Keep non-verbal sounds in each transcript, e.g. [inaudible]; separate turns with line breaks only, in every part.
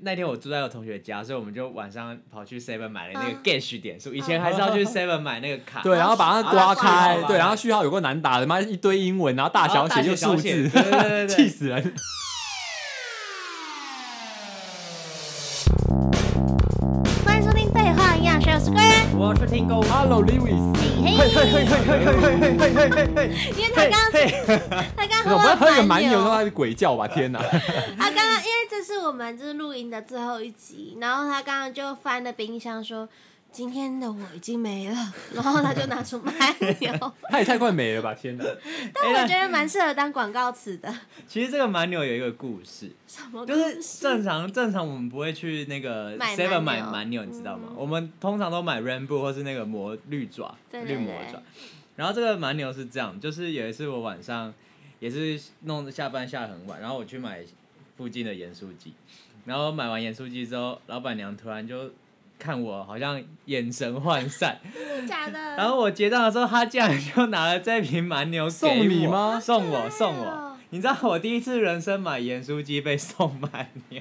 那天我住在我同学家，所以我们就晚上跑去 Seven 买了那
啊
个 Gash 点数，以前还是要
[laughs]
去 Seven 买那个卡，
[laughs] 对，然后把它刮
啊
开
序号，
对，然后序号有个难打的，妈一堆英文，然后大
然后
小
大
写
写
又
小
数
写
字，
对对对对
[laughs] 气死人！
欢迎收听《废话营养学》，我是贵人。
我是听过
Hello Lewis，
嘿嘿啊嘿因为他刚刚他刚
我
刚
不要
喝
喝一
了
个蛮
蛮
牛的话
牛，
是鬼叫吧？ [laughs] 天哪！
他啊刚刚因为这是我们就是录音的最后一集，然后他刚刚就翻了冰箱说。今天的我已经没了， [laughs] 然后他就拿出蛮
[laughs]
牛，
他也太快没了吧？天哪！
但我觉得蛮适合当广告词的。
其实这个蛮牛有一个故事，
什
[laughs]
么
就
东
是
西？
正常正常我们不会去那个
买嗯
Seven 买
蛮牛
蛮牛，你知道吗？我们通常都买 Rainbow 或是那个魔绿爪、
对对
绿魔
对
爪。然后这个蛮牛是这样，就是有一次我晚上也是弄下班下很晚，然后我去买附近的盐酥鸡，然后买完盐酥鸡之后，老板娘突然就看我好像眼神涣
[laughs]
散，
假的。
然后我结账的时候，他竟然就拿了这瓶蛮牛给
送
我
你吗
送我，送
好可爱
我
哦。
你知道我第一次人生买盐酥鸡被送蛮
[laughs]
牛，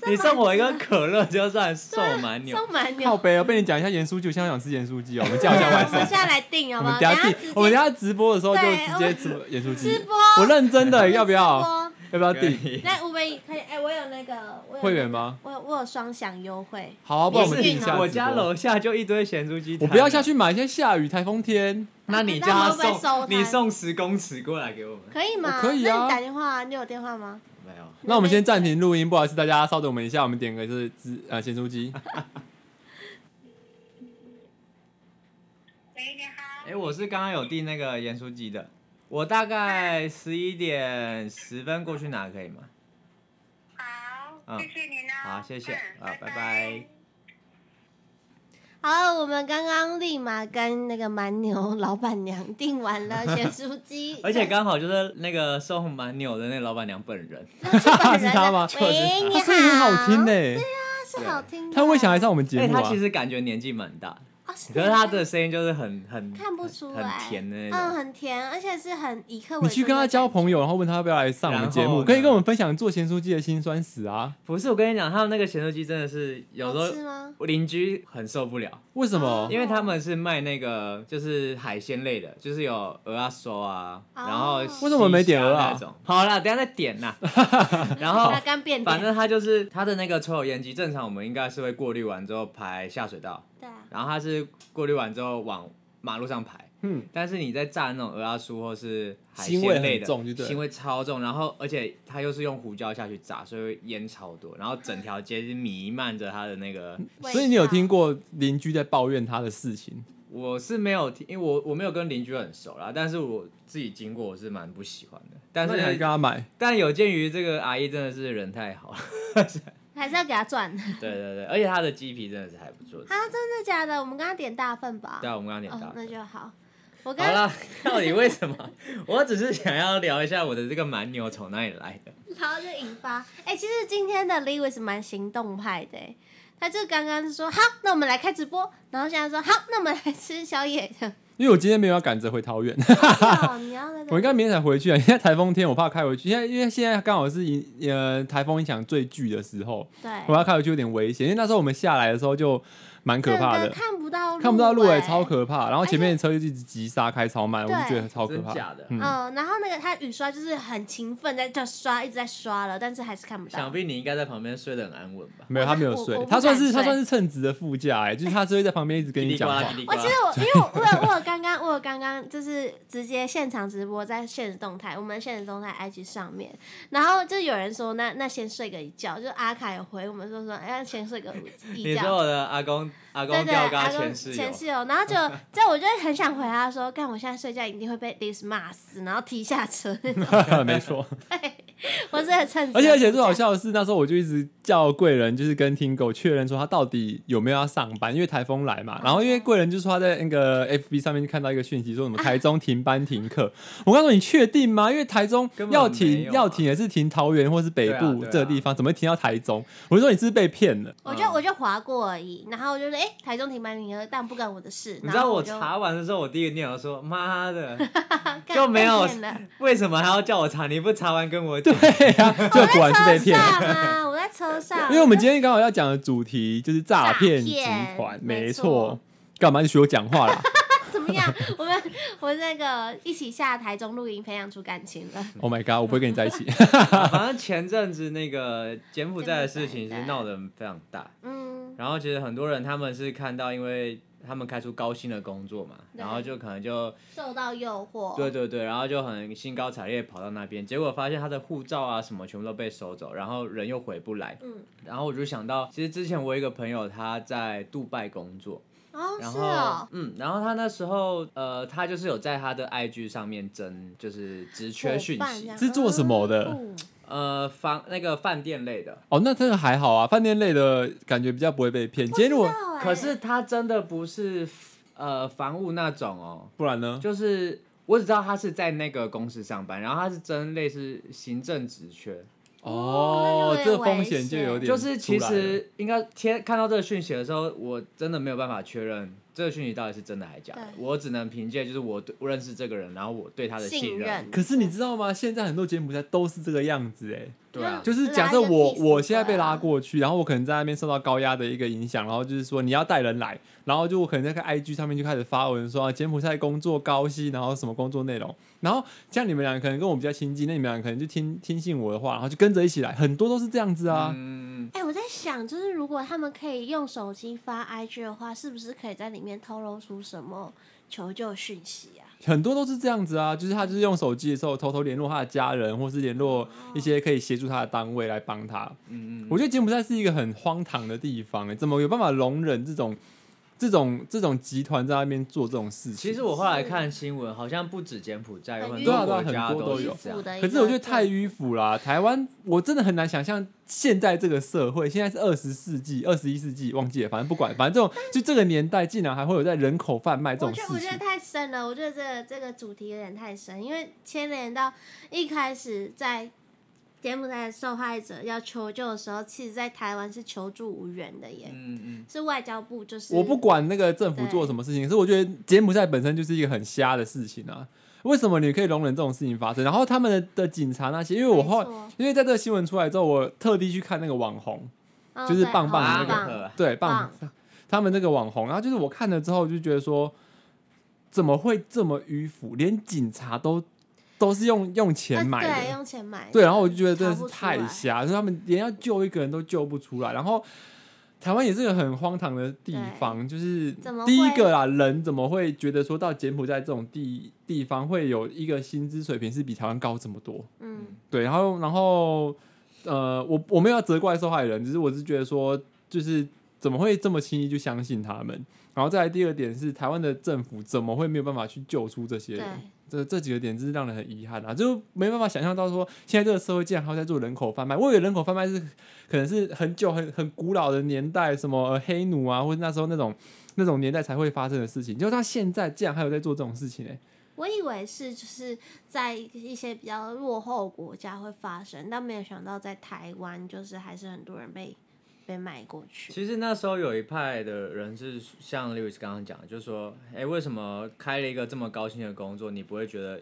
这
你送我一个
蛮值
可乐就算送我蛮牛，
哎送蛮
靠
牛，
北哦，被你讲一下盐酥鸡，我现在想吃盐酥鸡 [laughs] 哦，我们
对
叫一下外
我们
送。
下来定好
我
不
们
好？
等
等
一下
下直
自
接
我们等一下直播的时候就
对
直接吃盐酥
直
鸡。
播，
我认真的，要不
直
要？
播
要不要
可
订？
以
来五杯，可以哎，我有那个我有
会员吗？
我有我有双享优惠，
好啊，不然我们订一
你是
下。
我家，楼下就一堆咸酥鸡，
我不要下。去买，现在下雨，台风天。
那你叫他
那会不会收
送，
摊
你送十公尺过来给我们。
可以吗？
我可以啊
那你打电话、啊，你有电话吗？
没有，
[laughs] 那我们先暂停录音，不好意思，大家稍等我们一下，我们点个是芝呃咸酥鸡。
喂，你好，
哎，我是刚刚有订那个盐酥鸡的，我大概十一点十分过去拿可以吗？
好，
嗯
谢谢您哦。
好谢谢
嗯
好
拜
拜拜
好了，我们刚刚立马跟那个蛮牛 [laughs] 老板娘订完了咸酥鸡
[laughs] ，而且刚好就是那个送蛮牛的那个老板娘本人，
那是本人的
[laughs] 是
[laughs]
他吗
喂，你
他
好，
声音很好听呢、，
他哦是好听的。
他为想来上我们
因
节
为
目啊
她？哎其实感觉年纪蛮大的，
哦，是
可是她的声音就是很 [laughs] 很
看不出来，
很甜的那
嗯，
种。
很甜，而且是很以客为
你去跟他交
友，
朋友，然后问他要不要来上我们节
然后
目，
呢
可以跟我们分享做咸酥鸡的辛酸史啊？
不是，我跟你讲，他们那个咸酥鸡真的是有
好吃
时候
吗？
我邻居很受不了，
为什么
哦？
因为他们是卖那个就是海鲜类的，就是有鹅啊、烧啊，
哦
然后
为什么没点鹅啊
那种？好啦，等一下再点
[laughs]
呐。 [laughs] 然后
[laughs] 他刚变
反
甜，
正它就是它的那个抽油烟机，正常我们应该是会过滤完之后排下水道，
对啊，
然后它是过滤完之后往马路上排。
嗯，
但是你在炸那种鹅啊酥或是海
腥味
鲜
很
类的，
重就对了
腥味超重，然后而且它又是用胡椒下去炸，所以会烟超多，然后整条街是弥漫着它的那
[laughs]
个。
味
[laughs] 所以你有
道
听过邻居在抱怨他的事情？
我是没有听，因为我我没有跟邻居很熟啦，但是我自己经过我是蛮不喜欢的。但
那你还跟
是
他买？
但有鉴于这个阿姨真的是人太
[laughs]
好了，
还是要给他赚？ [laughs]
对对对，而且她的鸡皮真的是还不错吃。
啊，真的假的？我们刚刚点大份吧？
对啊，我们刚刚点
哦
到，。
那就好。我刚
好了， [laughs] 到底为什么？我只是想要聊一下我的这个蛮牛从哪里来的。
然后就引发，哎、其实今天的 Lewis 蛮行动派的、欸，他就刚刚说好，那我们来开直播，然后现在说好，那我们来吃宵夜。
[laughs] 因为我今天没有要赶着回桃园，
哦你要那
[laughs] 我应
个
该明天才回去啊。因为台风天，我怕开回去。现在因为现在刚好是影呃台风影响最剧的时候，我
对，
要开回去有点危险。因为那时候我们下来的时候就蛮可怕
整
的
个，看不到
看不到路
哎、
哎，超。可怕。然后前面的车就一直急刹开超慢，我就觉得超可
真
怕。
假的？
嗯
嗯，然后那个他雨刷就是很勤奋在在刷，一直在刷了，但是还是看不到。
想必你应该在旁边睡得很安稳吧？
没有，
我
他
那
没有
我
睡
我，不
他算
敢
是他
睡
算是称职的副驾，哎，就是他只会在旁边一直跟
叽
你
里呱
讲
啦，
话
叽。里呱
我其实
啦。
我因为我我有我有刚刚我有刚刚就是直接现场直播在现实动态，我们现实动态 IG 上面，然后就有人说那那先睡个一觉，就阿凯有回我们说说哎那先睡个
[laughs]
一
你说
觉。
我的阿公阿
对
公
对，
吊
阿
嘎
公
前室友
前，室友，
[laughs]
然后就这我就很想回他说，干我现在睡觉一定会被 Liz 骂死，然后踢下车 [laughs] 那种。
[laughs] 没错，
我真的趁
而且而且最好笑的是，那时候我就一直叫贵人，就是跟听狗确认说他到底有没有要上班，因为台风来嘛。然后因为
哦
贵人就说他在那个 FB 上面就看到一个讯息，说什么
啊
台中停班停课。我告诉你，确定吗？因为台中
根本
要
没
停
有啊
要停也是停桃园或是北
对啊
部
对啊
这地方，怎么会停到台中？我就说你是不是被骗
[laughs]
了。
我就我就划过而已，然后我就说，哎、台中停班名额，但不关我的事。
你知道
然后
我
就
查完的时候，我第一个
[laughs]
念头说：“妈的，
干
就没有
被骗了
[laughs] 为什么还要叫我查？你不查完跟我讲？”
对呀、就果然是被骗
车上
了。
啊，我在车上，
[laughs] 因为我们今天刚好要讲的主题就是诈骗集
诈
团
骗，
没
没
错
错。
干嘛你学我讲话
[laughs]
啦
怎么样？我们我那个一起下台中露营，培养出感情了。
？Oh my god！我不会跟你在一起。 [laughs]
反正前阵子那个柬埔寨的事情
柬埔
是
寨
闹得非常大，
嗯，
然后其实很多人他们是看到，因为他们开出高薪的工作嘛，
对
然后就可能就
受到诱惑，
对对对，然后就很兴高采烈跑到那边，结果发现他的护照啊什么全部都被收走，然后人又回不来。
嗯，
然后我就想到，其实之前我有一个朋友他在杜拜工作，
哦，
然
是
后、
哦，
嗯，然后他那时候呃，他就是有在他的 IG 上面征就是职缺讯
伙伴这
息
样，
是做什么的
嗯
呃，房那个饭店类的。
哦，那这个还好啊，饭店类的感觉比较不会被骗。今天如果
哦哎
可是他真的不是呃房务那种哦，
不然呢？
就是我只知道他是在那个公司上班，然后他是真类似行政职缺，
哦，
那就
这
有点
风
危
险就
险
有点
就是其
出来了
实应该贴看到这个讯息的时候，我真的没有办法确认这个讯息到底是真的还是假的，
对
我只能凭借就是我对我认识这个人，然后我对他的
信
任，
任，
可是你知道吗？现在很多柬埔寨都是这个样子哎，
对啊，
就是假设
拉一个
我
替死
我现在被
鬼啊
拉过去，然后我可能在那边受到高压的一个影响，然后就是说你要带人来，然后就我可能在看 IG 上面就开始发文说、啊、柬埔寨工作高薪，然后什么工作内容，然后像你们俩可能跟我比较亲近，那你们俩可能就听听信我的话，然后就跟着一起来，很多都是这样子啊。
嗯，
哎、我在想，就是如果他们可以用手机发 IG 的话，是不是可以在里面透露出什么求救讯息啊？
很多都是这样子啊，就是他就是用手机的时候偷偷联络他的家人，或是联络一些可以协助他的单位来帮他。
哦嗯嗯
我觉得柬埔寨是一个很荒唐的地方、欸，怎么有办法容忍这种这种这种集团在那边做这种事情？
其实我后来看新闻，好像不止柬埔寨，有
很
很
多
多
对啊
国
对啊
家
很多都
是
有
这样
迂腐。的一
可
个
是我觉得太迂腐啦，台湾我真的很难想象，现在这个社会，现在是二十世纪、二十一世纪，忘记了，反正不管，反正这种就这个年代，竟然还会有在人口贩卖这
我
种
觉得我
事
觉得
情。
太深了，我觉得这个这个主题有点太深，因为牵连到一开始在柬埔寨的受害者要求救的时候，其实在台湾是求助无援的耶，
嗯嗯，
是外交部就是
我不管那个政府做什么事情，可是我觉得柬埔寨本身就是一个很瞎的事情啊。为什么你可以容忍这种事情发生？然后他们的的警察那些，因为我后
没错
因为在这个新闻出来之后，我特地去看那个网红，
嗯
就是
对
棒棒
巴
好
的那个
那
棒
个
对，棒，他们那个网红，然后就是我看了之后就觉得说，怎么会这么迂腐？连警察都都是用用钱买
呃对，
的，
用钱买的，
对，然后我就觉得真
查
的是
不出
太
来
瞎，就是他们连要救一个人都救不出来，然后。台湾也是个很荒唐的地方，就是
怎么会
第一个啦，人怎么会觉得说到柬埔寨这种地地方会有一个薪资水平是比台湾高这么多？
嗯，
对，然后然后呃，我我没有要责怪受害人，只是我是觉得说，就是怎么会这么轻易就相信他们？然后再来第二点是，台湾的政府怎么会没有办法去救出这些
对
人？这这几个点真是让人很遗憾啊，就没办法想象到说，现在这个社会竟然还有在做人口贩卖。我以为人口贩卖是可能是很久很很古老的年代，什么呃黑奴啊，或者那时候那种那种年代才会发生的事情，结果他现在竟然还有在做这种事情哎、
我以为是就是在一些比较落后国家会发生，但没有想到在台湾，就是还是很多人被被卖过去。
其实那时候有一派的人是像 Lewis 刚刚讲的，就是说，哎、为什么开了一个这么高薪的工作，你不会觉得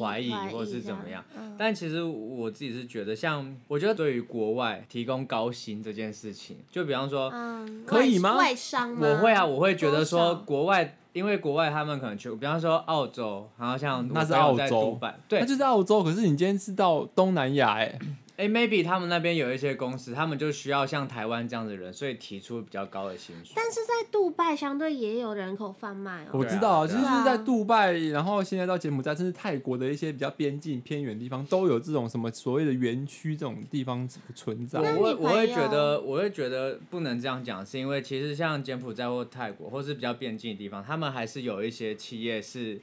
怀疑或是怎么样
这嗯，
但其实我自己是觉得像，我觉得对于国外提供高薪这件事情，就比方说，
嗯，
可以吗
外外商吗？
我会啊，我会觉得
多
说
少
国外，因为国外他们可能去，比方说澳洲，然后像
那是
我朋友在
澳洲
杜拜，对
那，就是澳洲，可是你今天是到东南亚
哎
哎、
，maybe 他们那边有一些公司，他们就需要像台湾这样的人，所以提出比较高的薪水。
但是在杜拜相对也有人口贩卖哦
我。知道啊，就
对
是
啊
就是在杜拜，然后现在到柬埔寨，甚至泰国的一些比较边境偏远地方，都有这种什么所谓的园区这种地方存在
我。
那你
会我会
朋友
觉得我会觉得不能这样讲，是因为其实像柬埔寨或泰国，或是比较边境的地方，他们还是有一些企业是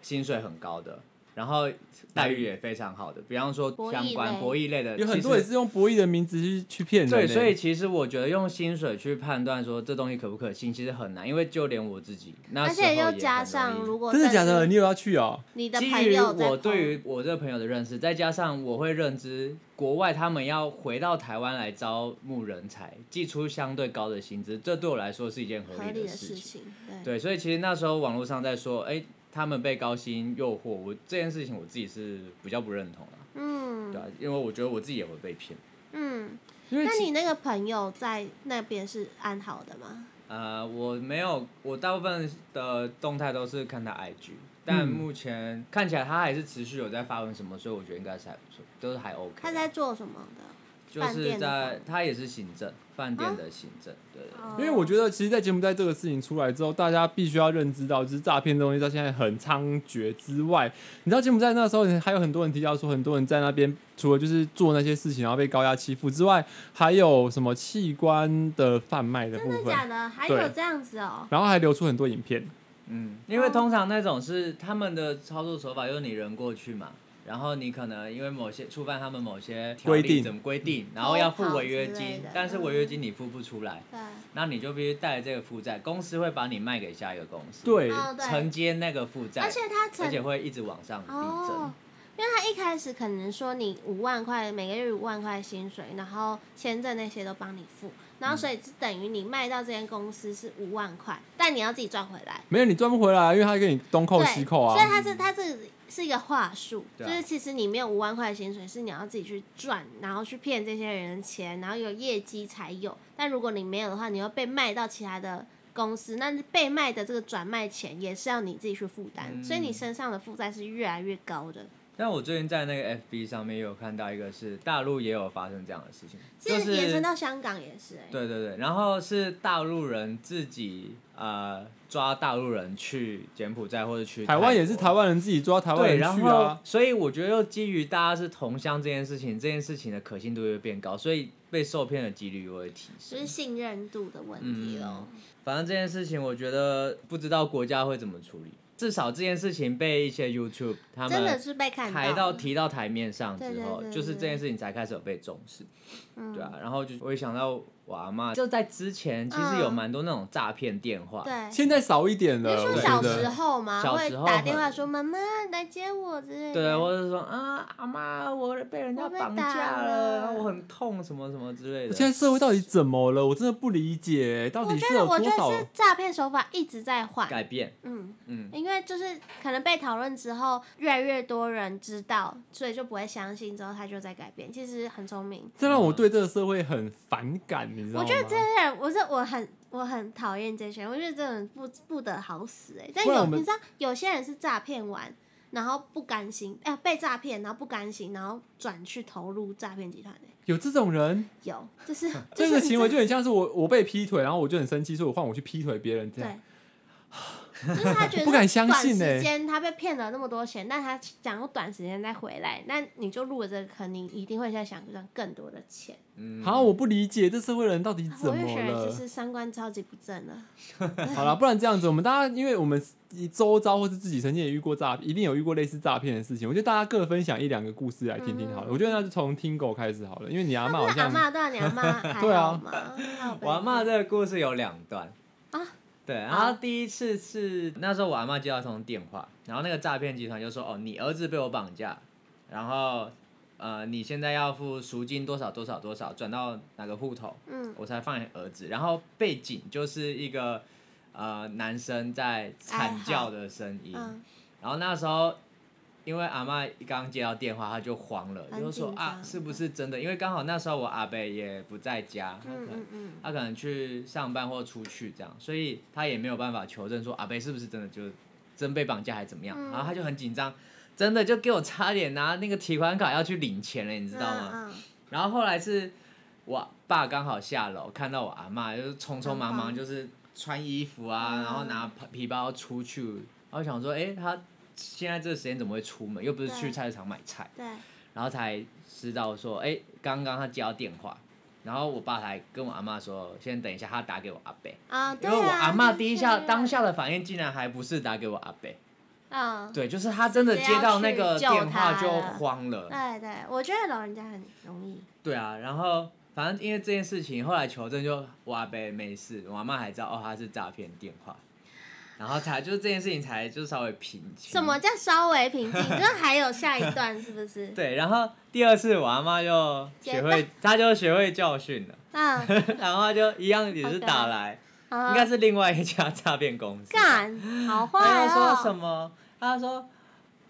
薪水很高的，然后待遇也非常好的，比方说
博弈
相关
类
博弈类的，
有很
其
多
实
也是用博弈的名字去去骗人、
对，
欸。
所以其实我觉得用薪水去判断说这东西可不可信，其实很难，因为就连我自己那
而
时候
且
也
又
很
加
容
上，
易
如果
真的
这
假的？
是
你有要去哦？
你的
基
朋
于
友在
我对于
碰
我这个朋友的认识，再加上我会认知国外他们要回到台湾来招募人才，寄出相对高的薪资，这对我来说是一件合
合
理
理
的
的
事
事
情。
情，对，
对，所以其实那时候网络上在说，哎、他们被高薪诱惑，我这件事情我自己是比较不认同的。
嗯
对啊，因为我觉得我自己也会被骗。
嗯，
因为
那
其
你那个朋友在那边是安好的吗？
呃，我没有，我大部分的动态都是看他 IG，但
嗯
目前看起来他还是持续有在发文什么，所以我觉得应该是还不错，都是还 OK 啊。
他在做什么的？
就
饭
是
店的
在
吗
他也是行政饭店的行政，对对对
哦
因为我觉得，其实，在柬埔寨这个事情出来之后，大家必须要认知到，就是诈骗这东西到现在很猖獗之外，你知道柬埔寨那时候还有很多人提到说，很多人在那边除了就是做那些事情，然后被高压欺负之外，还有什么器官的贩卖的部
真的
分，
假的？还
对
有这样子哦、
然后还流出很多影片。
嗯，因为通常那种是他们的操作手法，就是你人过去嘛，然后你可能因为某些触犯他们某些条例
规定
怎么规定，然后要
偷
付
跑
违约
嗯哦之类
金
的，
但是违约金你付不出来，
对，
那你就必须带着这个负债，公司会把你卖给下一个公司，，
对，
哦
承
对，
接那个负债，
而且他曾
而且会一直往上递增
哦。，因为他一开始可能说你五万块每个月五万块薪水，然后签证那些都帮你付，
嗯
然后所以就等于你卖到这间公司是五万块，但你要自己赚回来。
没有你赚不回来，啊因为他给你东扣
对，
西扣
所以
啊。
他是他这是一个话术，
对
就
啊
是其实你没有五万块的薪水，是你要自己去赚，然后去骗这些人的钱，然后有业绩才有。但如果你没有的话，你又被卖到其他的公司，那被卖的这个转卖钱也是要你自己去负担，
嗯
所以你身上的负债是越来越高的。
但我最近在那个 FB 上面也有看到一个是大陆也有发生这样的事情，就是是
延伸到香港也是、欸，
对对对，然后是大陆人自己呃抓大陆人去柬埔寨或者去
台湾也是台湾人自己抓台
国
湾
对，
人
然
去
后
啊。
所以我觉得又基于大家是同乡这件事情，这件事情的可信度会变高，所以被受骗的几率也会提
就
升
是。信任度的问题咯。
反正这件事情，我觉得不知道国家会怎么处理。至少这件事情被一些 YouTube 他
真的
们
是被看
抬
到
到
了
提到台面上之
嗯对对
后，
对
就是
对
这件事情才开始有被重视。
嗯
对啊，然后就我也想到我阿妈，就在之前其实有
嗯
蛮多那种诈骗电话，
对，
现在少一点
你
了，
是说
我
小
觉
时
得。
候吗？
小
会
时候
打
很
电话说妈妈你来接我之类的。
对，或者是说啊阿妈，我被人家
我被
绑
打
架了，然后
了
我很痛，什么什么之类的。
现在社会到底怎么了？我真的不理解，欸到
我
底
觉
是
得
有
我
多
觉
少
得是诈骗手法一直在换。
改变，
嗯，
嗯，
因为就是可能被讨论之后，越来越多人知道，所以就不会相信，之后他就在改变。其实很聪明。
这让我对这个社会很反感，你知道
我
吗？
觉得这些人，我是我很我很讨厌这些人，我觉得这种人不不得好死哎、欸。但
不然
有
我们
你知道，有些人是诈骗完，然后不甘心，哎、被诈骗，然后不甘心，然后转去投入诈骗集团、欸、
有这种人，
有，
[laughs]
就是
这个行为
就
就很像是我我被劈腿，然后我就很生气，所以我换我去劈腿别人这样。
对，就是他
[laughs]
觉得
不敢相信
短
欸
时间他被骗了那么多钱，但他想要短时间再回来，那你就入了这个坑，你一定会再想赚更多的钱。
嗯
好，我不理解这社会人到底怎
啊我越
么
学人
了
其。实三观超级不正啊的，
[laughs] 好了，不然这样子，我们大家因为我们周遭或是自己曾经也遇过诈，一定有遇过类似诈骗的事情。我觉得大家各分享一两个故事来听听好了。我觉得那就从听狗开始好了，因为你阿妈好
那嗯阿
像
妈对啊，你
[laughs]
阿妈
对
还
啊
好吗？还有被
我阿妈这个故事有两段
啊。
对，然后第一次是那时候我阿妈接到一通电话，然后那个诈骗集团就说：“哦，你儿子被我绑架，然后呃，你现在要付赎金多少多少多少，转到哪个户头，
嗯
我才放你儿子。”然后背景就是一个呃男生在惨叫的声音，
嗯，
然后那时候，因为阿妈刚接到电话，她就慌了，
很
就说
紧张
啊，是不是真的？因为刚好那时候我阿伯也不在家，他
嗯
可能
嗯嗯，
他可能去上班或出去这样，所以他也没有办法求证说阿伯是不是真的就真被绑架还是怎么样。
嗯
然后他就很紧张，真的就给我差点拿那个提款卡要去领钱了，你
你
知道吗？？
嗯嗯
然后后来是我爸刚好下楼看到我阿妈，就是匆匆忙忙，
很棒
就是穿衣服啊，
嗯
然后拿皮包出去，然后想说，哎，他现在这个时间怎么会出门？又不是
对
去菜市场买菜，
对，
然后才知道说，哎，刚刚他接到电话，然后我爸才跟我阿妈说，先等一下，他打给我阿伯，
啊，
因
对
为我
啊
阿妈第一下
就是
当下的反应竟然还不是打给我阿伯，
嗯。
对，就是他真的
直接
接到
要
那
去
个
救
电
他
话就
了
慌了，
对对，我觉得老人家很容易，
对啊，然后反正因为这件事情，后来求证就我阿伯没事，我阿妈还知道哦他是诈骗电话，然后才就是这件事情才就稍微平静。
什么？叫稍微平静？就是还有下一段是不是？
对，然后第二次我阿妈就学会，她就学会教训了，
嗯，
[laughs] 然后她就一样也是打来，应该
啊
是另外一家诈骗公司。
干，好坏
他就
哦。
说什么？他说，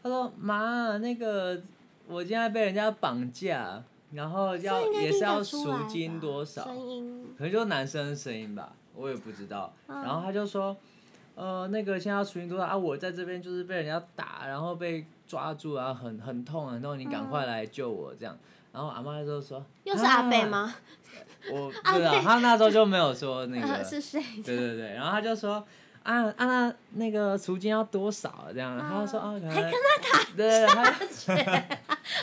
他说妈，那个我现在被人家绑架，然后要
这应该
也
听
是
得
要
出来
赎金
吧
多少？
声音
可能就男生的声音吧，我也不知道。
嗯
然后他就说，呃，那个现在要处理多少啊？我在这边就是被人家打，然后被抓住啊，很很痛很痛，你赶快来救我这样。然后阿妈就说，
嗯
啊
又是阿贝
贝？
吗？
我不
阿
知道，
贝
他那时候就没有说啊那
呃
个，
是谁？
对对对。然后他就说。啊啊，那那个赎金要多少？这样，他就说啊，可能还跟他打，对对，他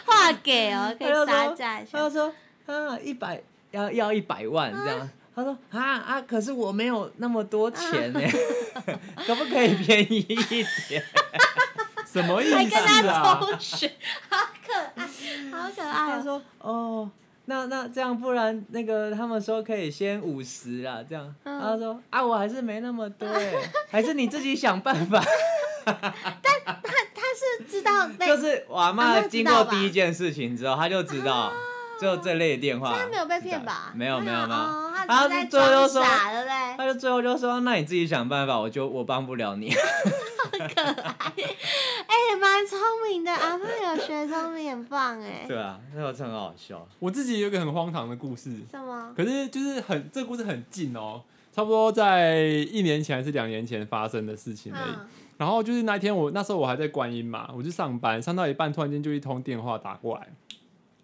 话给哦，
他就
可以杀
说
价一下
他。就说啊，一百要要一百万这样。他说啊啊，可是我没有那么多钱 [laughs] 呢，可不可以便宜一点？
什么意
还跟
思
他
啊？
抽血，好可爱，好可爱
他
哦！
说哦，那那这样不然那个他们说可以先五十啊，这样。
嗯
他说啊，我还是没那么 [laughs] 多哎，还是你自己想办法。
他是知道被，
就是我阿
阿
妈
嬷知
经
道
过
吧啊
第一件事情之后，她就知道。就这类的电话，
他没有被骗吧？
没有没有没有，
哦他
他
只是在
最后就
装
说，
傻，对不对？
他就最后就说：“那你自己想办法，我就我帮不了你。
哎，蛮聪明的，阿妈有学聪明，很棒”哎。
[laughs] [laughs] 对啊，那个真的很好笑。
我自己有一个很荒唐的故事，
什么？
可是就是很这个故事很近哦，差不多在一年前还是两年前发生的事情而已。
嗯
然后就是那天我那时候我还在观音嘛，我去上班，上到一半突然间就一通电话打过来，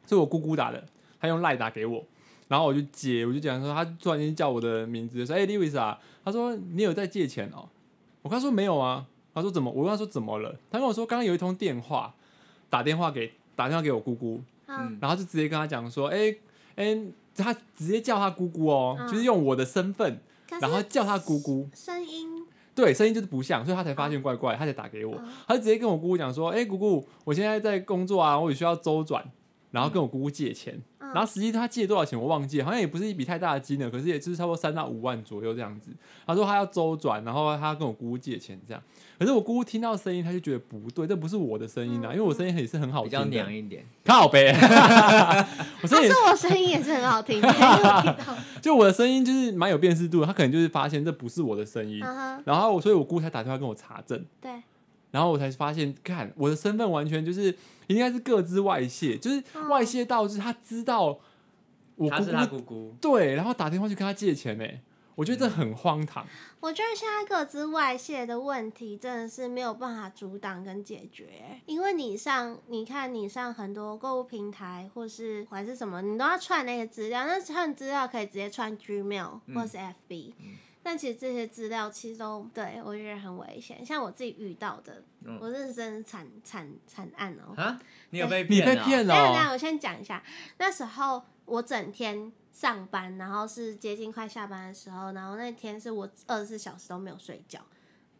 是我姑姑打的，她用赖打给我，然后我就接，我就讲说她突然间叫我的名字，就说哎 l e w i s 啊，她说你有在借钱哦，我跟她说没有啊，她说怎么？我跟她说怎么了？她跟我说刚刚有一通电话打电话给打电话给我姑姑，
嗯
嗯
然后就直接跟她讲说哎哎、她直接叫她姑姑哦，
嗯
就是用我的身份，
可
然后
是
叫她姑姑。
声音
对，声音就是不像，所以他才发现怪怪，他才打给我
嗯，
他就直接跟我姑姑讲说：“哎、姑姑，我现在在工作啊，我也需要周转，然后跟我姑姑借钱，
嗯
然后实际他借多少钱我忘记了，好像也不是一笔太大的金额，可是也就是差不多三到五万左右这样子。他说他要周转，然后他跟我姑姑借钱这样，可是我姑姑听到声音，他就觉得不对，这不是我的声
嗯
音啊，因为我声音也是很好
比
听
较
的，
娘一点，
靠呗， [laughs]
他
我声音也是
说我声音也哦是很好
[laughs]
听，没有听到。
就我的声音就是蛮有辨识度的，他可能就是发现这不是我的声音，
嗯哼，
然后我所以我姑姑才打电话跟我查证。
对，
然后我才发现，看我的身份完全就是应该是各自外泄，就是
嗯
外泄到就是他知道我
她
姑
是她
姑
姑姑，
对，然后打电话去跟他借钱呢，我觉得这很荒唐。
我觉得现在各自外泄的问题真的是没有办法阻挡跟解决，欸因为你上你看你上很多购物平台或是还是什么，你都要串那些资料，那串资料可以直接串 Gmail
嗯
或是 FB，、但其实这些资料其实都对我觉得很危险，像我自己遇到的，
嗯
我认真是惨惨惨案哦、
啊，你有被
你
骗、啊？
被骗了
等一下等一
哦、
下，我先讲一下，那时候我整天上班，然后是接近快下班的时候，然后那天是我二十四小时都没有睡觉，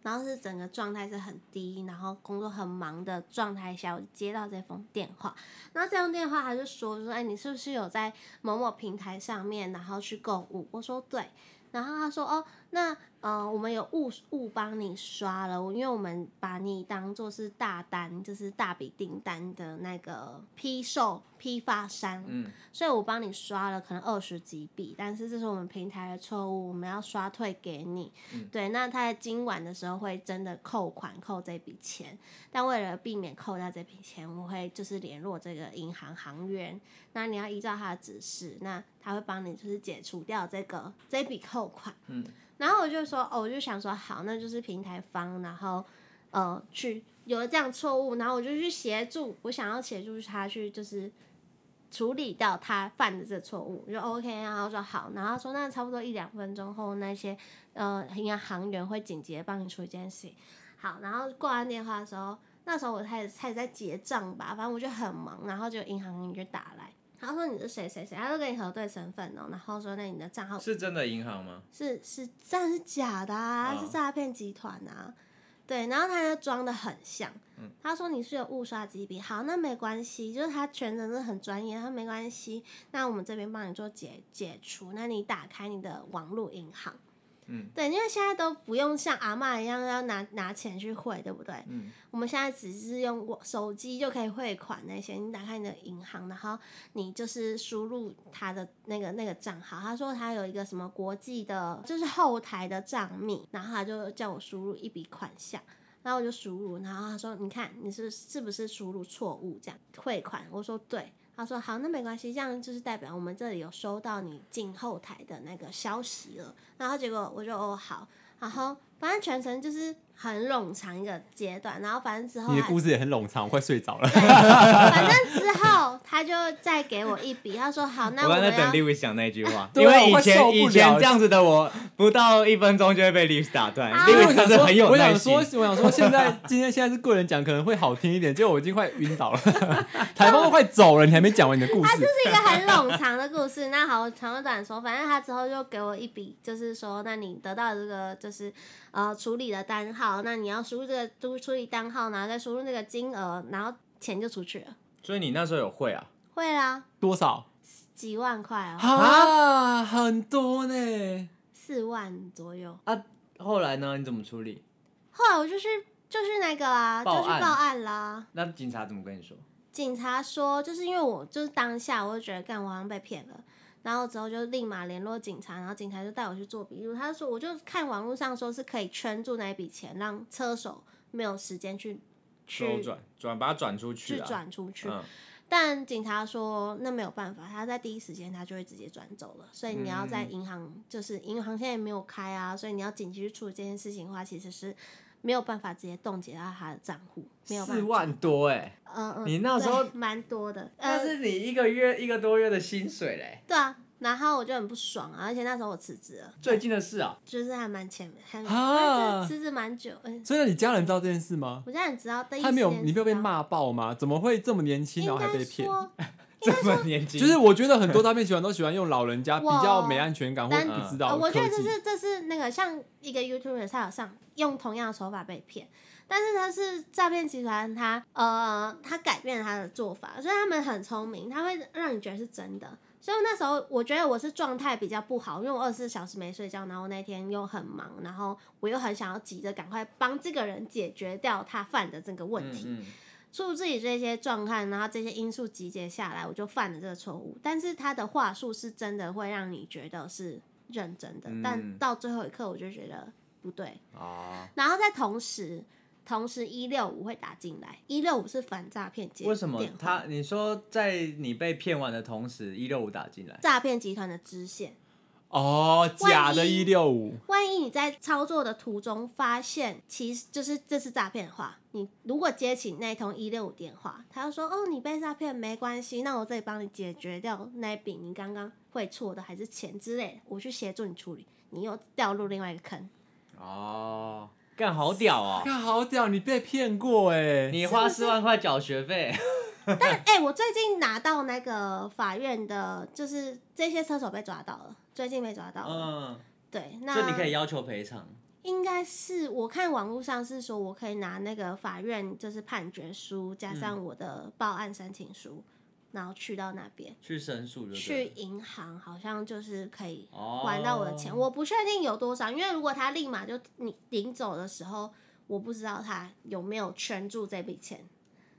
然后是整个状态是很低，然后工作很忙的状态下，我就接到这封电话，然后这通电话他就说说，哎，你是不是有在某某平台上面，然后去购物？我说对。然后他说：“哦，那呃，我们有误误帮你刷了，因为我们把你当做是大单，就是大笔订单的那个批售批发商，
嗯，
所以我帮你刷了可能二十几笔，但是这是我们平台的错误，我们要刷退给你。
嗯
对，那他在今晚的时候会真的扣款扣这笔钱，但为了避免扣掉这笔钱，我会就是联络这个银行行员，那你要依照他的指示，那他会帮你就是解除掉这个这笔扣款。
嗯，
然后我就说，哦，我就想说，好，那就是平台方，然后呃去有了这样错误，然后我就去协助，我想要协助他去就是处理掉他犯的这错误，我就 OK，然后说好，然后他说那差不多一两分钟后，那些呃银行行员会紧急地帮你处理这件事情。好，然后挂完电话的时候，那时候我开始开始在结账吧，反正我就很忙，然后就银行行员就打来，他说你是谁谁谁，他就跟你核对身份哦，然后说那你的账号
是真的银行吗？
是是，当然是假的啊，
哦
是诈骗集团啊。对，然后他就装的很像，
嗯
他说你是有误刷几笔，好，那没关系，就是他全程是很专业，他说没关系，那我们这边帮你做解解除，那你打开你的网络银行，
嗯
对，因为现在都不用像阿嬷一样要拿拿钱去汇，对不对？
嗯，
我们现在只是用我手机就可以汇款那些，你打开你的银行，然后你就是输入他的那个那个账号。他说他有一个什么国际的，就是后台的账密，然后他就叫我输入一笔款项。然后我就输入，然后他说：“你看你是是不是输入错误这样汇款？”我说：“对。”他说：“好，那没关系，这样就是代表我们这里有收到你进后台的那个消息了。”然后结果我就哦好，然后反正全程就是很冗长一个阶段，然后反正之后
你的
还
故事也很冗长，我快睡着了。
反正之后他就再给我一笔，他说好，那
我
我
刚才
们
等
要
Lewis 讲那句话，
[laughs] 对
因
啊
为
我
以
快受
前
不了
以前这样子的我，不到一分钟就会被 Lewis 打断。
啊
Lewis 真的很有
我
耐
想
心
说，。我想说，现在今天现在是贵人讲可能会好听一点，结果我已经快
[laughs]
晕倒了，台风都快走了，你还没讲完你的故事。
这是一个很冗长的故事。那好，我长话短说，反正他之后就给我一笔，就是说，那你得到这个就是呃处理的单号，那你要输入这个都处理单号，然后再输入那个金额，然后钱就出去了。
所以你那时候有会啊？
会啦，
多少
几万块哦，
啊？很多呢。
四万左右。
后来呢？你怎么处理？
后来我就是就是那个啊，就
报
是
案
报案啦。
那警察怎么跟你说？
警察说，就是因为我就是当下我就觉得干我好像被骗了，然后之后就立马联络警察，然后警察就带我去做笔录。他说我就看网络上说是可以圈住那一笔钱，让车手没有时间去
周
去
转转把它转出去
去
啊？
转出去。
嗯，
但警察说那没有办法，他在第一时间他就会直接转走了，所以你要
嗯
在银行，就是银行现在也没有开啊，所以你要紧急去处理这件事情的话，其实是没有办法直接冻结到他的账户，没有办
四
法。
万多哎，
嗯嗯，
你那时候
对蛮多的，呃
那是你一个月一个多月的薪水嘞。
对啊，然后我就很不爽啊，而且那时候我辞职了，
最近的事啊，
就是还蛮前面，还
啊
还辞职蛮久，嗯，
所以你家人知道这件事吗？
我家人知道，但
他没有，你没有被
应
骂爆吗？怎么会这么年轻然后还
该
被骗？
说，
[laughs] 这么年轻，
就是我觉得很多诈骗集团都喜欢用老人家比
我
较没安全感或
[laughs] 但
不知
呃
道
我
科
觉得这
技。
是这是那个像一个 YouTuber 他有上用同样的手法被骗，但是他是诈骗集团他呃他改变了他的做法，所以他们很聪明，他会让你觉得是真的。所以那时候我觉得我是状态比较不好，因为我二十四小时没睡觉，然后那天又很忙，然后我又很想要急着赶快帮这个人解决掉他犯的这个问题。
嗯嗯
出自己这些状态，然后这些因素集结下来，我就犯了这个错误。但是他的话术是真的会让你觉得是认真的，
嗯
但到最后一刻我就觉得不对。
啊？
然后在同时，同时一六五会打进来，一六五是反诈骗接
为什么
电话
他？你说在你被骗完的同时，一六五打进来，
诈骗集团的支线？
哦，假的
万一
一六五，
万一你在操作的途中发现，其实就是这是诈骗的话，你如果接起那一通一六五电话，他就说：“哦，你被诈骗没关系，那我这里帮你解决掉那一笔你刚刚会错的还是钱之类的，我去协助你处理。”你又掉入另外一个
[laughs]
坑，
哦，干好屌哦！
看好屌，你被骗过哎！
你花四万块缴学费，
但哎、我最近拿到那个法院的，就是这些车手被抓到了，最近被抓
[laughs]
到了。
嗯，
对，那
这你可以要求赔偿。
应该是我看网络上是说，我可以拿那个法院就是判决书，加上我的报案申请书，然后去到那边
去申诉就对
去
了。
银行，好像就是可以
哦，
还到我的钱。我不确定有多少，因为如果他立马就你领走的时候，我不知道他有没有圈住这笔钱。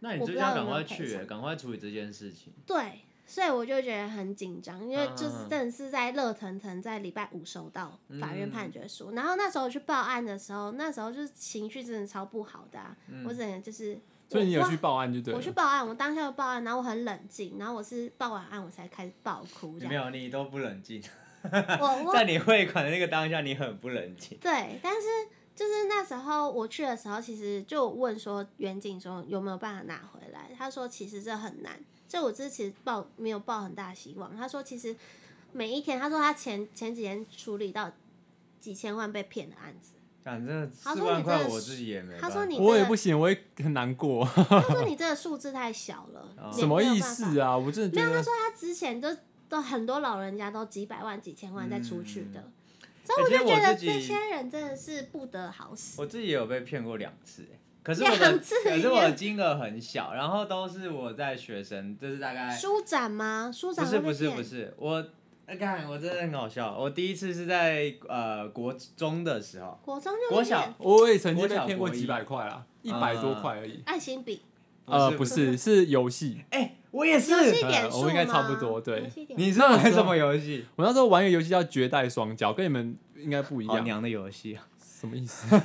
那你
我
就
不知
要
道有
赶
没有
快
赔
去欸，
偿
赶快处理这件事情。
对，所以我就觉得很紧张，因为
嗯
就是真的是在热腾腾，在礼拜五收到
嗯
法院判决书，然后那时候去报案的时候，那时候就是情绪真的超不好的、啊，我整个就是，
嗯所以你有
我
去报案就对
我
了
我。去报案，我当下就报案，然后我很冷静，然后我是报完案我才开始爆哭这
没
样，
有，你都不冷静，
我
[laughs]
我
在你汇款的那个当下，你很不冷静。
对，但是就是那时候我去的时候，其实就问说远景说有没有办法拿回来，他说其实这很难，这我这其实抱没有抱很大希望。他说其实每一天，他说他前前几天处理到几千万被骗的案
[laughs]
子，
讲真的，
他
四
说
万
你
块
真的
我
是
自己也没办法。
他说你
我
这
也
个
不行，我也很难
[laughs]
过。
他说你这个数字太小了
哦，
你
什么
没有
意
办法
思？啊？我真的觉得
他之前都都很多老人家都几百万、几千万在出去的。所以
欸其实
我就觉
我
得
自
这
己
些人真的是不得好死。
我自己也有被骗过两次欸，可是我的
两次
可是我的金额很小，然后都是我在学生，就是大概
书展吗？书
哎不
展
是
会被
不是
骗
不是，我哎看我真的很搞笑，我第一次是在呃国中的时候，
国中就
国
被骗
小
我也曾经
国
被
小
骗过
国一
几百块啦，一百多块而已。
爱心笔，
呃，不
不
是，是游戏。
哎、我也是
游，戏点
呃
数
我应该
吗
差不多对
游戏点
你是
啊
玩什么游戏？
我那时候玩一个游戏叫《绝代双骄》，跟你们应该不一
好
样。
娘的游戏啊！
什么意思？ [laughs]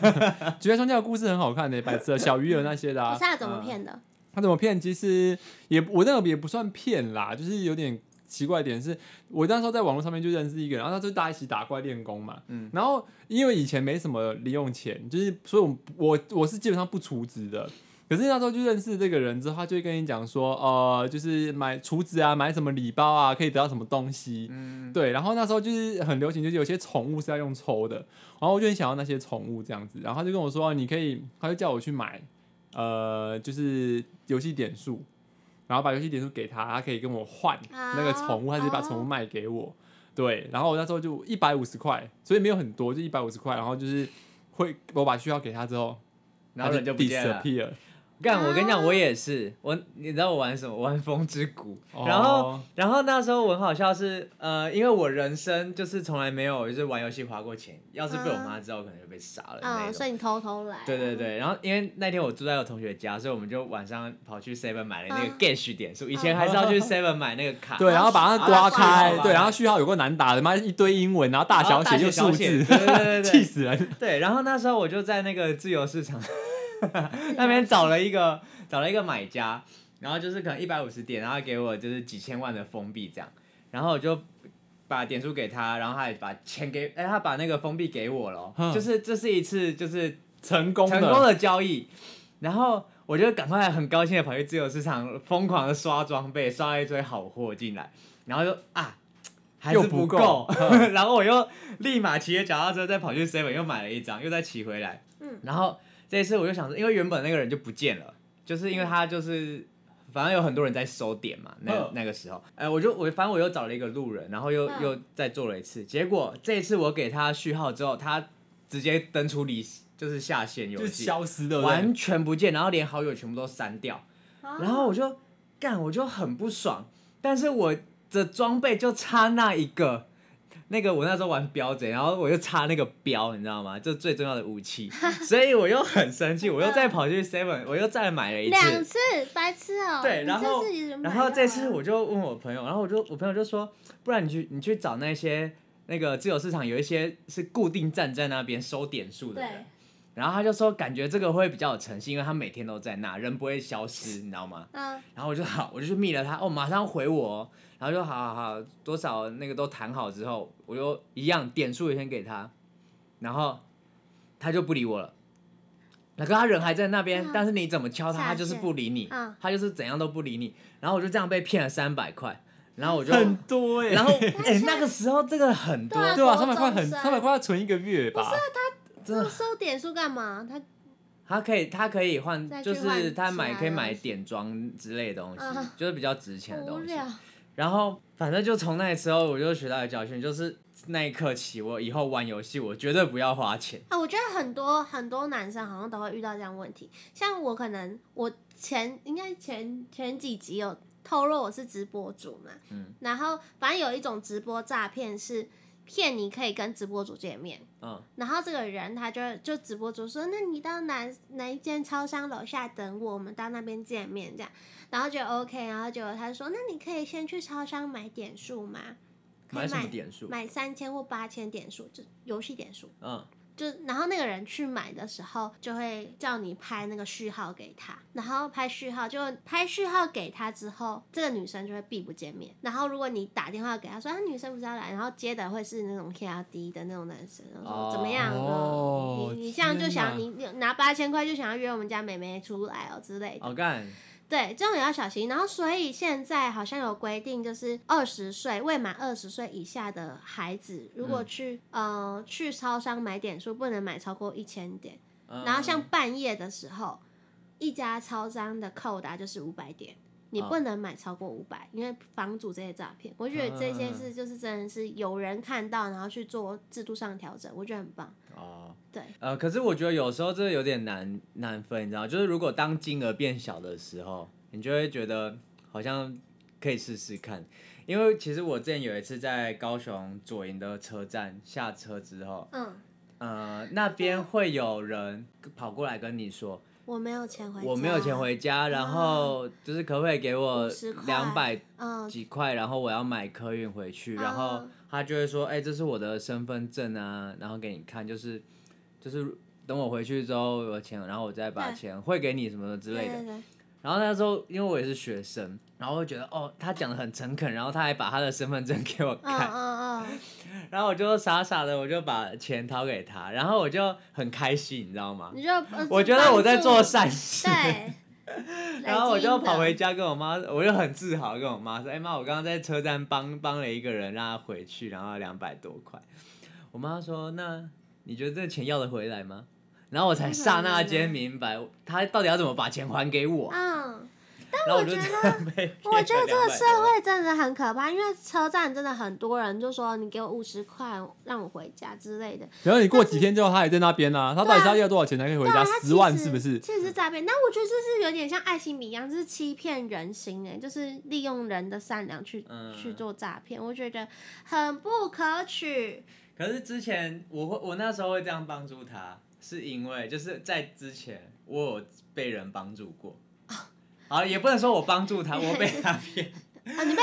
绝代双骄的故事很好看的、白痴的小鱼儿那些的、
可
啊
是，他怎么骗的？
他怎么骗？其实也我那个也不算骗啦，就是有点奇怪的点是，我那时候在网络上面就认识一个人，然后他就大家一起打怪练功嘛。
嗯
然后因为以前没什么零用钱，就是所以我我我是基本上不储值的。可是那时候就认识这个人之后，他就会跟你讲说，呃，就是买储值啊，买什么礼包啊，可以得到什么东西。
嗯，
对，然后那时候就是很流行，就是有些宠物是要用抽的，然后我就很想要那些宠物这样子，然后他就跟我说，你可以，他就叫我去买，呃，就是游戏点数，然后把游戏点数给他，他可以跟我换那个宠物，
啊
他就把宠物卖给我，对，然后我那时候就一百五十块，所以没有很多，就一百五十块，然后就是会我把序号给他之后，
然后人就不见了。
disappear，
干，我跟你讲，
啊
我也是，我你知道我玩什么？我玩风之谷。
哦
然后，然后那时候我很好笑是，呃，因为我人生就是从来没有就是玩游戏花过钱，要是被我妈知道，我可能就被杀了那
嗯，所
种。
以你偷偷来。
呃对
[laughs]
对。对，然后因为那天我住在我同学家，所以我们就晚上跑去 Seven 买了那个
嗯
Gash 点数，以前还是要去
哦
Seven 买那个卡，
对，然后把它刮
然后
开
序，号
对，然后序号有个难打的，妈一堆英文，然后大
然后
小
大
写又
写小
数
写
字，
对对对对
[laughs] 气死人。
对，然后那时候我就在那个自由市场 [laughs] 那边找了一个找了一个买家，然后就是可能一百五十点，然后给我就是几千万的封闭这样，然后我就把点数给他，然后他也把钱给，哎，他把那个封闭给我了哦，
嗯
就是这是一次就是
成功
成功的交易，然后我就赶快很高兴的跑去自由市场疯狂的刷装备，刷一堆好货进来，然后就啊。还是
又不
够 [laughs]
够，
然后我又立马骑着脚踏车再跑去 Seven 又买了一张，又再骑回来。
嗯
然后这一次我就想说，因为原本那个人就不见了，就是因为他就是反正有很多人在收点嘛，那、
嗯
那个时候，哎、我就我反正我又找了一个路人，然后又、
嗯
又再做了一次，结果这一次我给他序号之后，他直接登出离就是下线游
就
戏，
消失的
完全不见，然后连好友全部都删掉，然
然
后我就干，我就很不爽，但是我的装备就差那一个，那个我那时候玩标贼，然后我就差那个标，你知道吗？这最重要的武 [laughs] 器，所以我又很生 [laughs] 气，我又再跑去 Seven，我又再买了一
两
次。
次，白痴哦。
对
你
然后
这次也买到
然
啊
后这次我就问我朋友，然后我就我朋友就说，不然你去你去找那些那个自由市场有一些是固定站在那边收点数的人
对，，
然后他就说感觉这个会比较有诚信，因为他每天都在那，人不会消失，你知道吗？
嗯，
然后我就好，我就去密了他，哦，马上回我哦，然后就好好好，多少那个都谈好之后，我就一样点数也先给他，然后他就不理我了。那个他人还在那边，
啊
但是你怎么敲他，
下
他就是
线
不理你，
嗯
他就是怎样都不理你。然后我就这样被骗了三百块，然后我就，
很多哎、
然后哎、那个时候这个很多，
对啊
对吧？
国
三百块
中
很，
生
三百块要存一个月吧？
真的
这收点数干嘛？他
他可以他可以换，
再去
就是
换
他
其
买
他
可以
的
买
东西
点装之类的东西，
啊
就是比较值钱的
无
东西。
聊。
然后反正就从那时候我就学到了教训，就是那一刻起，我以后玩游戏我绝对不要花钱。
啊，我觉得很多很多男生好像都会遇到这样的问题。像我可能我前应该前前几集有透露我是直播主嘛，
嗯，
然后反正有一种直播诈骗是骗你可以跟直播主见面，
嗯，
然后这个人他就就直播主说，那你到哪哪一间超商楼下等我，我们到那边见面这样，然后就 OK，然后就他说，那你可以先去超商买点数吗？可以
买什么点数？
买三千或八千点数，就游戏点数。
嗯，
就然后那个人去买的时候，就会叫你拍那个序号给他，然后拍序号，就拍序号给他之后，这个女生就会避不见面。然后如果你打电话给他说，啊，女生不是要来，然后接的会是那种 K L D 的那种男生，然后
哦
说怎么样呢？
哦
你你这样就想你
天
你拿八千块就想要约我们家妹妹出来哦之类的，
好干，
对，这种也要小心。然后，所以现在好像有规定，就是二十岁未满二十岁以下的孩子，如
嗯
果去、呃去超商买点数，不能买超过一千点。
嗯
然后像半夜的时候，一家超商的扣打就是五百点，你
哦
不能买超过五百，因为防阻这些诈骗。我觉得这些
嗯嗯嗯
事就是真的是有人看到，然后去做制度上的调整，我觉得很棒。
哦，
对，
呃，可是我觉得有时候这有点难难分，你知道，就是如果当金额变小的时候，你就会觉得好像可以试试看。因为其实我之前有一次在高雄左营的车站下车之后，
嗯，
呃，那边会有人跑过来跟你说，
我没有钱回家，
我没有钱，回家，然后就是可不可以给我
50块
两百
嗯，
几块，然后我要买客运回去，然后
嗯
他就会说，哎、这是我的身份证啊，然后给你看，就是就是等我回去之后有钱，然后我再把
对
钱汇给你什么的之类的。
的。
然后那时候因为我也是学生，然后我就觉得哦，他讲的很诚恳，然后他还把他的身份证给我
嗯
[laughs] 看，
嗯嗯，
然后我就傻傻的我就把钱掏给他，然后我就很开心，你知道吗？
你就呃
我觉得我在做
帮
善事。
助对，
[laughs] 然后我就跑回
去。
家跟我妈，我就很自豪地跟我妈说：“哎、妈，我刚刚在车站帮帮了一个人，让他回去，然后两百多块。”我妈说：“那你觉得这钱要得回来吗？”然后我才刹那间明白，他到底要怎么把钱还给我。
嗯，
然后我
我
就
觉得
这样被骗
我觉得这个
200
社
多
会真的很可怕，因为车站真的很多人就说你给我五十块让我回家之类的，
然后你过几天之后，他还在那边啊，他到底是要要多少钱才可以回
对
家？
啊，他其
十万
实
是不是？
其实是诈骗，但我觉得这是有点像爱心笔一样，这是欺骗人心哎、就是利用人的善良去、
嗯
去做诈骗，我觉得很不可取。
可是之前我会，我那时候会这样帮助他，是因为就是在之前我有被人帮助过。
哦
好，也不能说我帮助他，我被他
[laughs]
骗。
啊，你被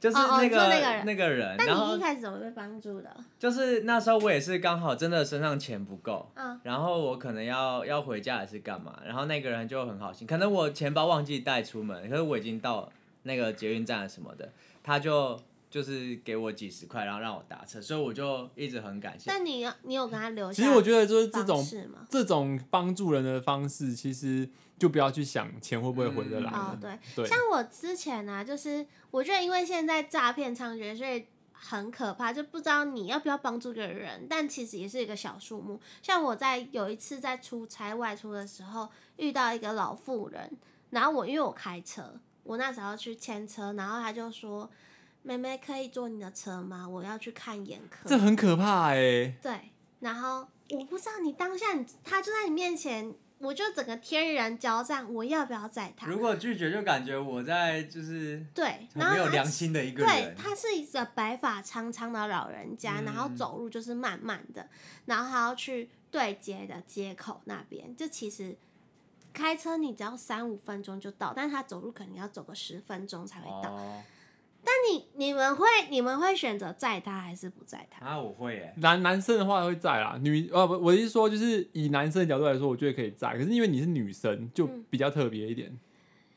就是
哦哦
那
你
个、
说那个人
人 [laughs]
那
然
你
后
一开始怎么被帮助的？
就是那时候我也是刚好真的身上钱不够，
嗯
然后我可能要要回家还是干嘛，然后那个人就很好心，可能我钱包忘记带出门，可是我已经到那个捷运站了什么的，他就就是给我几十块，然后让我搭车，所以我就一直很感谢。
但你你有跟他留下？
其实我觉得就是这种
是吗？
这种帮助人的方式，其实就不要去想钱会不会回得来
嗯
哦，。
了
对，
对，
像我之前啊，就是我觉得因为现在诈骗猖獗，所以很可怕，就不知道你要不要帮助这个人，但其实也是一个小数目。像我在有一次在出差外出的时候，遇到一个老妇人，然后我因为我开车，我那时候去牵车，然后他就说：“妹妹可以坐你的车吗？我要去看眼科。”
这很可怕哎、
对，然后我不知道你当下你他就在你面前，我就整个天人交战，我要不要载他？
如果拒绝，就感觉我在就是
对，
很
然后
没有
他
良心的一个
对
人，。
他是一个白发苍苍的老人家，然后
嗯
走路就是慢慢的，然后还要去对接的街口那边。就其实开车你只要三五分钟就到，但是他走路可能要走个十分钟才会到。
哦，
那你你们会你们会选择载他还是不载
[laughs]
他？
啊，我会耶，
男男生的话会在啦，女呃不，我是说就是以男生的角度来说，我觉得可以在，可是因为你是女生，就
嗯
比较特别一点，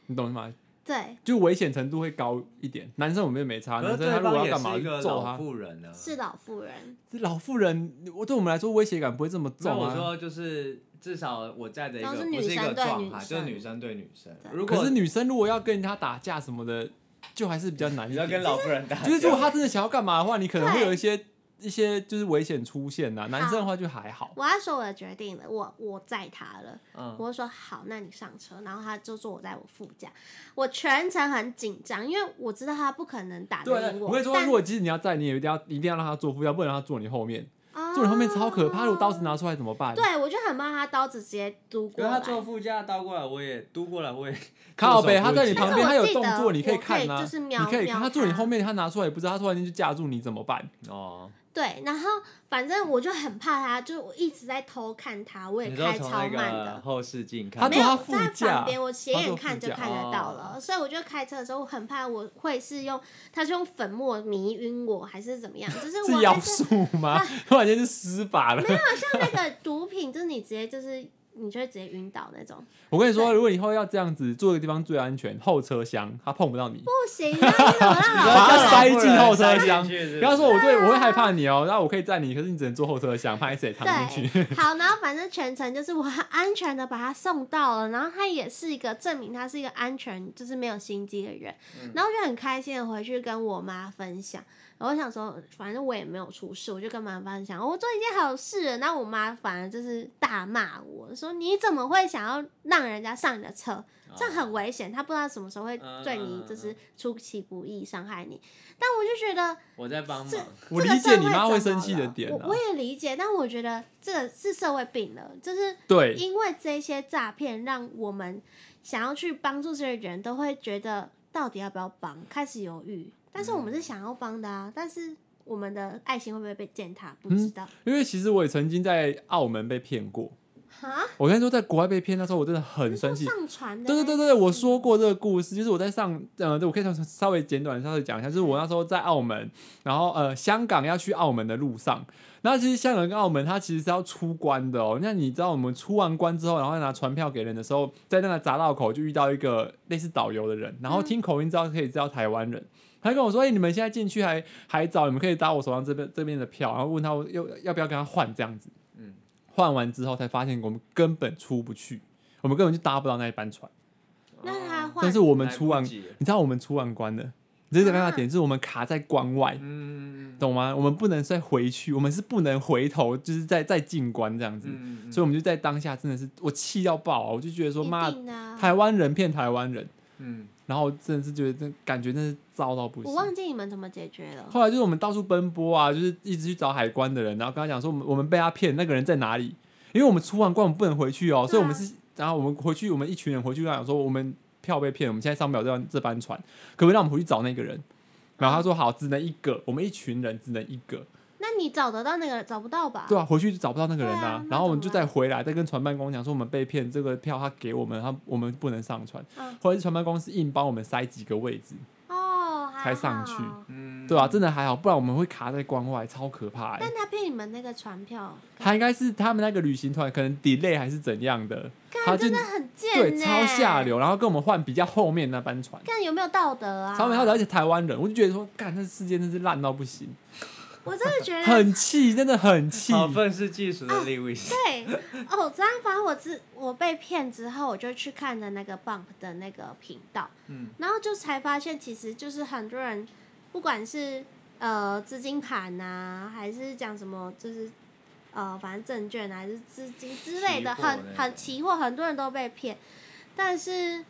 你懂吗？
对，
就危险程度会高一点。男生我们也没差，
可是
男生
对
他如果
方
要
也
干嘛
是一
就
个
揍
老
他，
妇人啊呢、
是老妇人，
这老妇人，我对我们来说威胁感不会这么
那
重
我
啊。
说就是至少我在的一
然
个
后是
不是一
女
个
生对
状
女
态，就
生
是女生对女生。
对
如
可
果
是女生如果要跟他打架什么的，就还是比较难一
你要
点。
跟老妇人打，
就是如果他真的想要干嘛的话，你可能会
对
有一些一些就是危险出现呐、男生的话就还好。
我要说我的决定了，我我载他了。
嗯，
我就说好，那你上车，然后他就坐我在我副驾，我全程很紧张，因为我知道他不可能打
对啊
得，赢
我跟你说，
但
如果即使你要在，你也一定要一定要让他坐副驾，不能让他坐你后面，
哦
坐你后面超可怕。如果刀子拿出来怎么办？
啊对我就很怕他刀子直接嘟
可
过
是他
来。
坐副驾倒过来，我也嘟过来，我也
[laughs] 靠
坐
北，
手
他在你
扶
旁
起
但
边，他
是
有
我记
动
得
作，你可以
我可以
看呐、
就是
你
瞄
可以
瞄
看。他坐你
他
后面，他拿出来，不知道他突然间就架住你怎么办？
哦，
对，然后反正我就很怕他，就我一直在偷看他，我也
你说
开
从
超
那
慢
个
的。
后视镜
他
看，
坐
没有
他副
在旁
驾
边，我斜
他坐
眼
副
看就
驾
看得到
哦
了，所以我就开车的时候，我很怕我会是用他是用粉末迷晕我，还是怎么样？就是我
[laughs] 是
还
妖
是啊
术吗？ [laughs] 突然间就施法了。
像那个毒品，就是你直接就是你就会直接晕倒那种，
[laughs] 我 [laughs] 跟你说，
对
如果以后要这样子，坐的地方最安全，后车厢，他碰不到你。
不行啊！你怎么让
把
老
他
人
塞进后车厢
不
不要说我对
啊
我会害怕你哦，那我可以载你，可是你只能坐后车厢，怕你谁躺进去。
对，好，然后反正全程就是我很安全的把他送到了，然后他也是一个证明他是一个安全，就是没有心机的人，
嗯
然后我就很开心的回去跟我妈分享，然后我想说反正我也没有出事，我就跟妈妈分享我做一件好事了，然后我妈反而就是大骂我说你怎么会想要让人家上你的车，这样很危险，他不知道什么时候会对你就是出其不意伤害你，但我就觉得。
我在帮忙，
[laughs] 我理
这个
解
社
你
会
妈会
怎
生
么
气的
了
点、啊
我我，也理解，但我觉得这个是社会病了，就是
对，
因为这些诈骗，让我们想要去帮助这些人都会觉得到底要不要帮，开始犹豫。但是我们是
嗯
想要帮的啊，但是我
嗯
们的爱心会不会被践踏，不知道。
因为其实我也曾经在澳门被骗过，
啊，
我跟你说，在国外被骗那时候，我真的很
你
生
说
气。
上传的欸
对对对
那
对，
一次
我说过这个故事，就是我在上，呃，对我可以稍稍微简短稍微讲一下，就是我那时候在澳门，然后呃，香港要去澳门的路上，然后其实香港跟澳门它其实是要出关的哦。那你知道我们出完关之后，然后拿传票给人的时候，在那个匝道口就遇到一个类似导游的人，
嗯
然后听口音知道可以知道台湾人。他跟我说：“哎、你们现在进去还还早，你们可以打我手上这边这边的票，然后问他我要要不要跟他换这样子。”嗯
嗯，
换完之后才发现我们根本出不去，我们根本就搭不到那一班船。
那他换
哦但是我们出
哦
完，
来不
你
及了
知道我们出完关的，这是尴尬
啊
点，就是我们卡在关外，
嗯嗯
懂吗？我们不能再回去，我们是不能回头，就是再再进关这样子。
嗯
所以我们就在当下真的是我气到爆啊！我就觉得说妈
一，定的啊
台湾人骗台湾人，
嗯
然后我真的是觉得这感觉真是糟到不行
我。忘记你们怎么解决了。
后来就是我们到处奔波啊，就是一直去找海关的人，然后跟他讲说我们我们被他骗，那个人在哪里？因为我们出完关我们不能回去哦，所以我们是，然后我们回去，我们一群人回去跟他讲说我们票被骗，我们现在上不了这班这班船，可不可以让我们回去找那个人？然后他说好，只能一个，我们一群人只能一个，
那你找得到那个找不到吧？
对啊，回去就找不到那个人
对
啊
啊，那
然后我们
怎么
就
办
再回来，再跟船办公讲说我们被骗，这个票他给我们，他我们不能上船
嗯，
后来是船办公司硬帮我们塞几个位置，
哦，还
才
好
上去
嗯，
对啊，真的还好，不然我们会卡在关外，超可怕、欸。
但他骗你们那个船票，
他应该是他们那个旅行团可能 delay 还是怎样的，他
干
就
真的很贱
对
呢
超下。流，然后跟我们换比较后面那班船，
干有没有道德啊？
超没道德，而且台湾人，我就觉得说，干，这世界真是烂到不行，
我真
[laughs]
的觉得
很气，真的很气。
好愤世嫉俗的 Lewis，
对哦，这样反正我之我被骗之后，我就去看的那个 Bump 的那个频道，
嗯
然后就才发现，其实就是很多人，不管是呃资金盘呐、还是讲什么，就是呃反正证券啊，还是资金之类的，
期货
很
那
很
种
期货，很多人都被骗，但是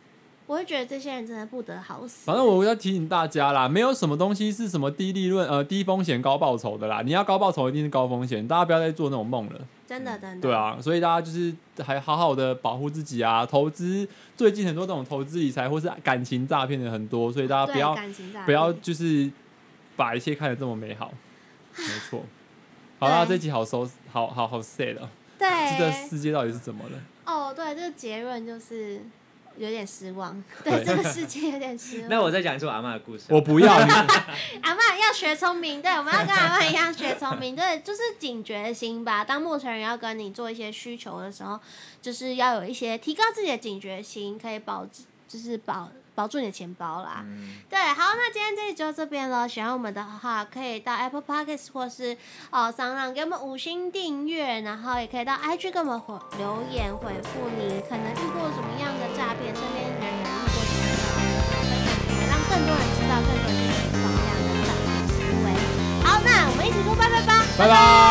我会觉得这些人真的不得好死。
反正我要提醒大家啦，没有什么东西是什么低利润呃低风险高报酬的啦，你要高报酬一定是高风险，大家不要再做那种梦了。
真的真的
对啊，所以大家就是还好好的保护自己啊，投资最近很多这种投资理财或是感情诈骗的很多，所以大家
对
不要
感情诈
不要
骗
就是把一切看得这么美好，没错。好啦，
对啊
这集好收，好好好 sad 哦，这这
对
世界到底是怎么了？
哦，对，这个结论就是有点失望，
对
对这个世界有点失望。
[laughs] 那我再讲一次我阿妈的故事。啊
我不要你，
阿妈要学聪明，对，我们要跟阿妈一样学聪明，对，就是警觉心吧。当陌生人要跟你做一些需求的时候，就是要有一些提高自己的警觉心，可以保就是保保住你的钱包啦。
嗯
对，好，那今天这集就到这边了。喜欢我们的话，可以到 Apple Podcast 或是哦商浪给我们五星订阅，然后也可以到 IG 给我们回留言回复你可能遇过什么样的诈骗，身边人有遇过什么样的诈骗，让更多人知道，更多人去预防这样的诈骗行为。好，那我们一起说拜拜吧，
[laughs] 拜拜。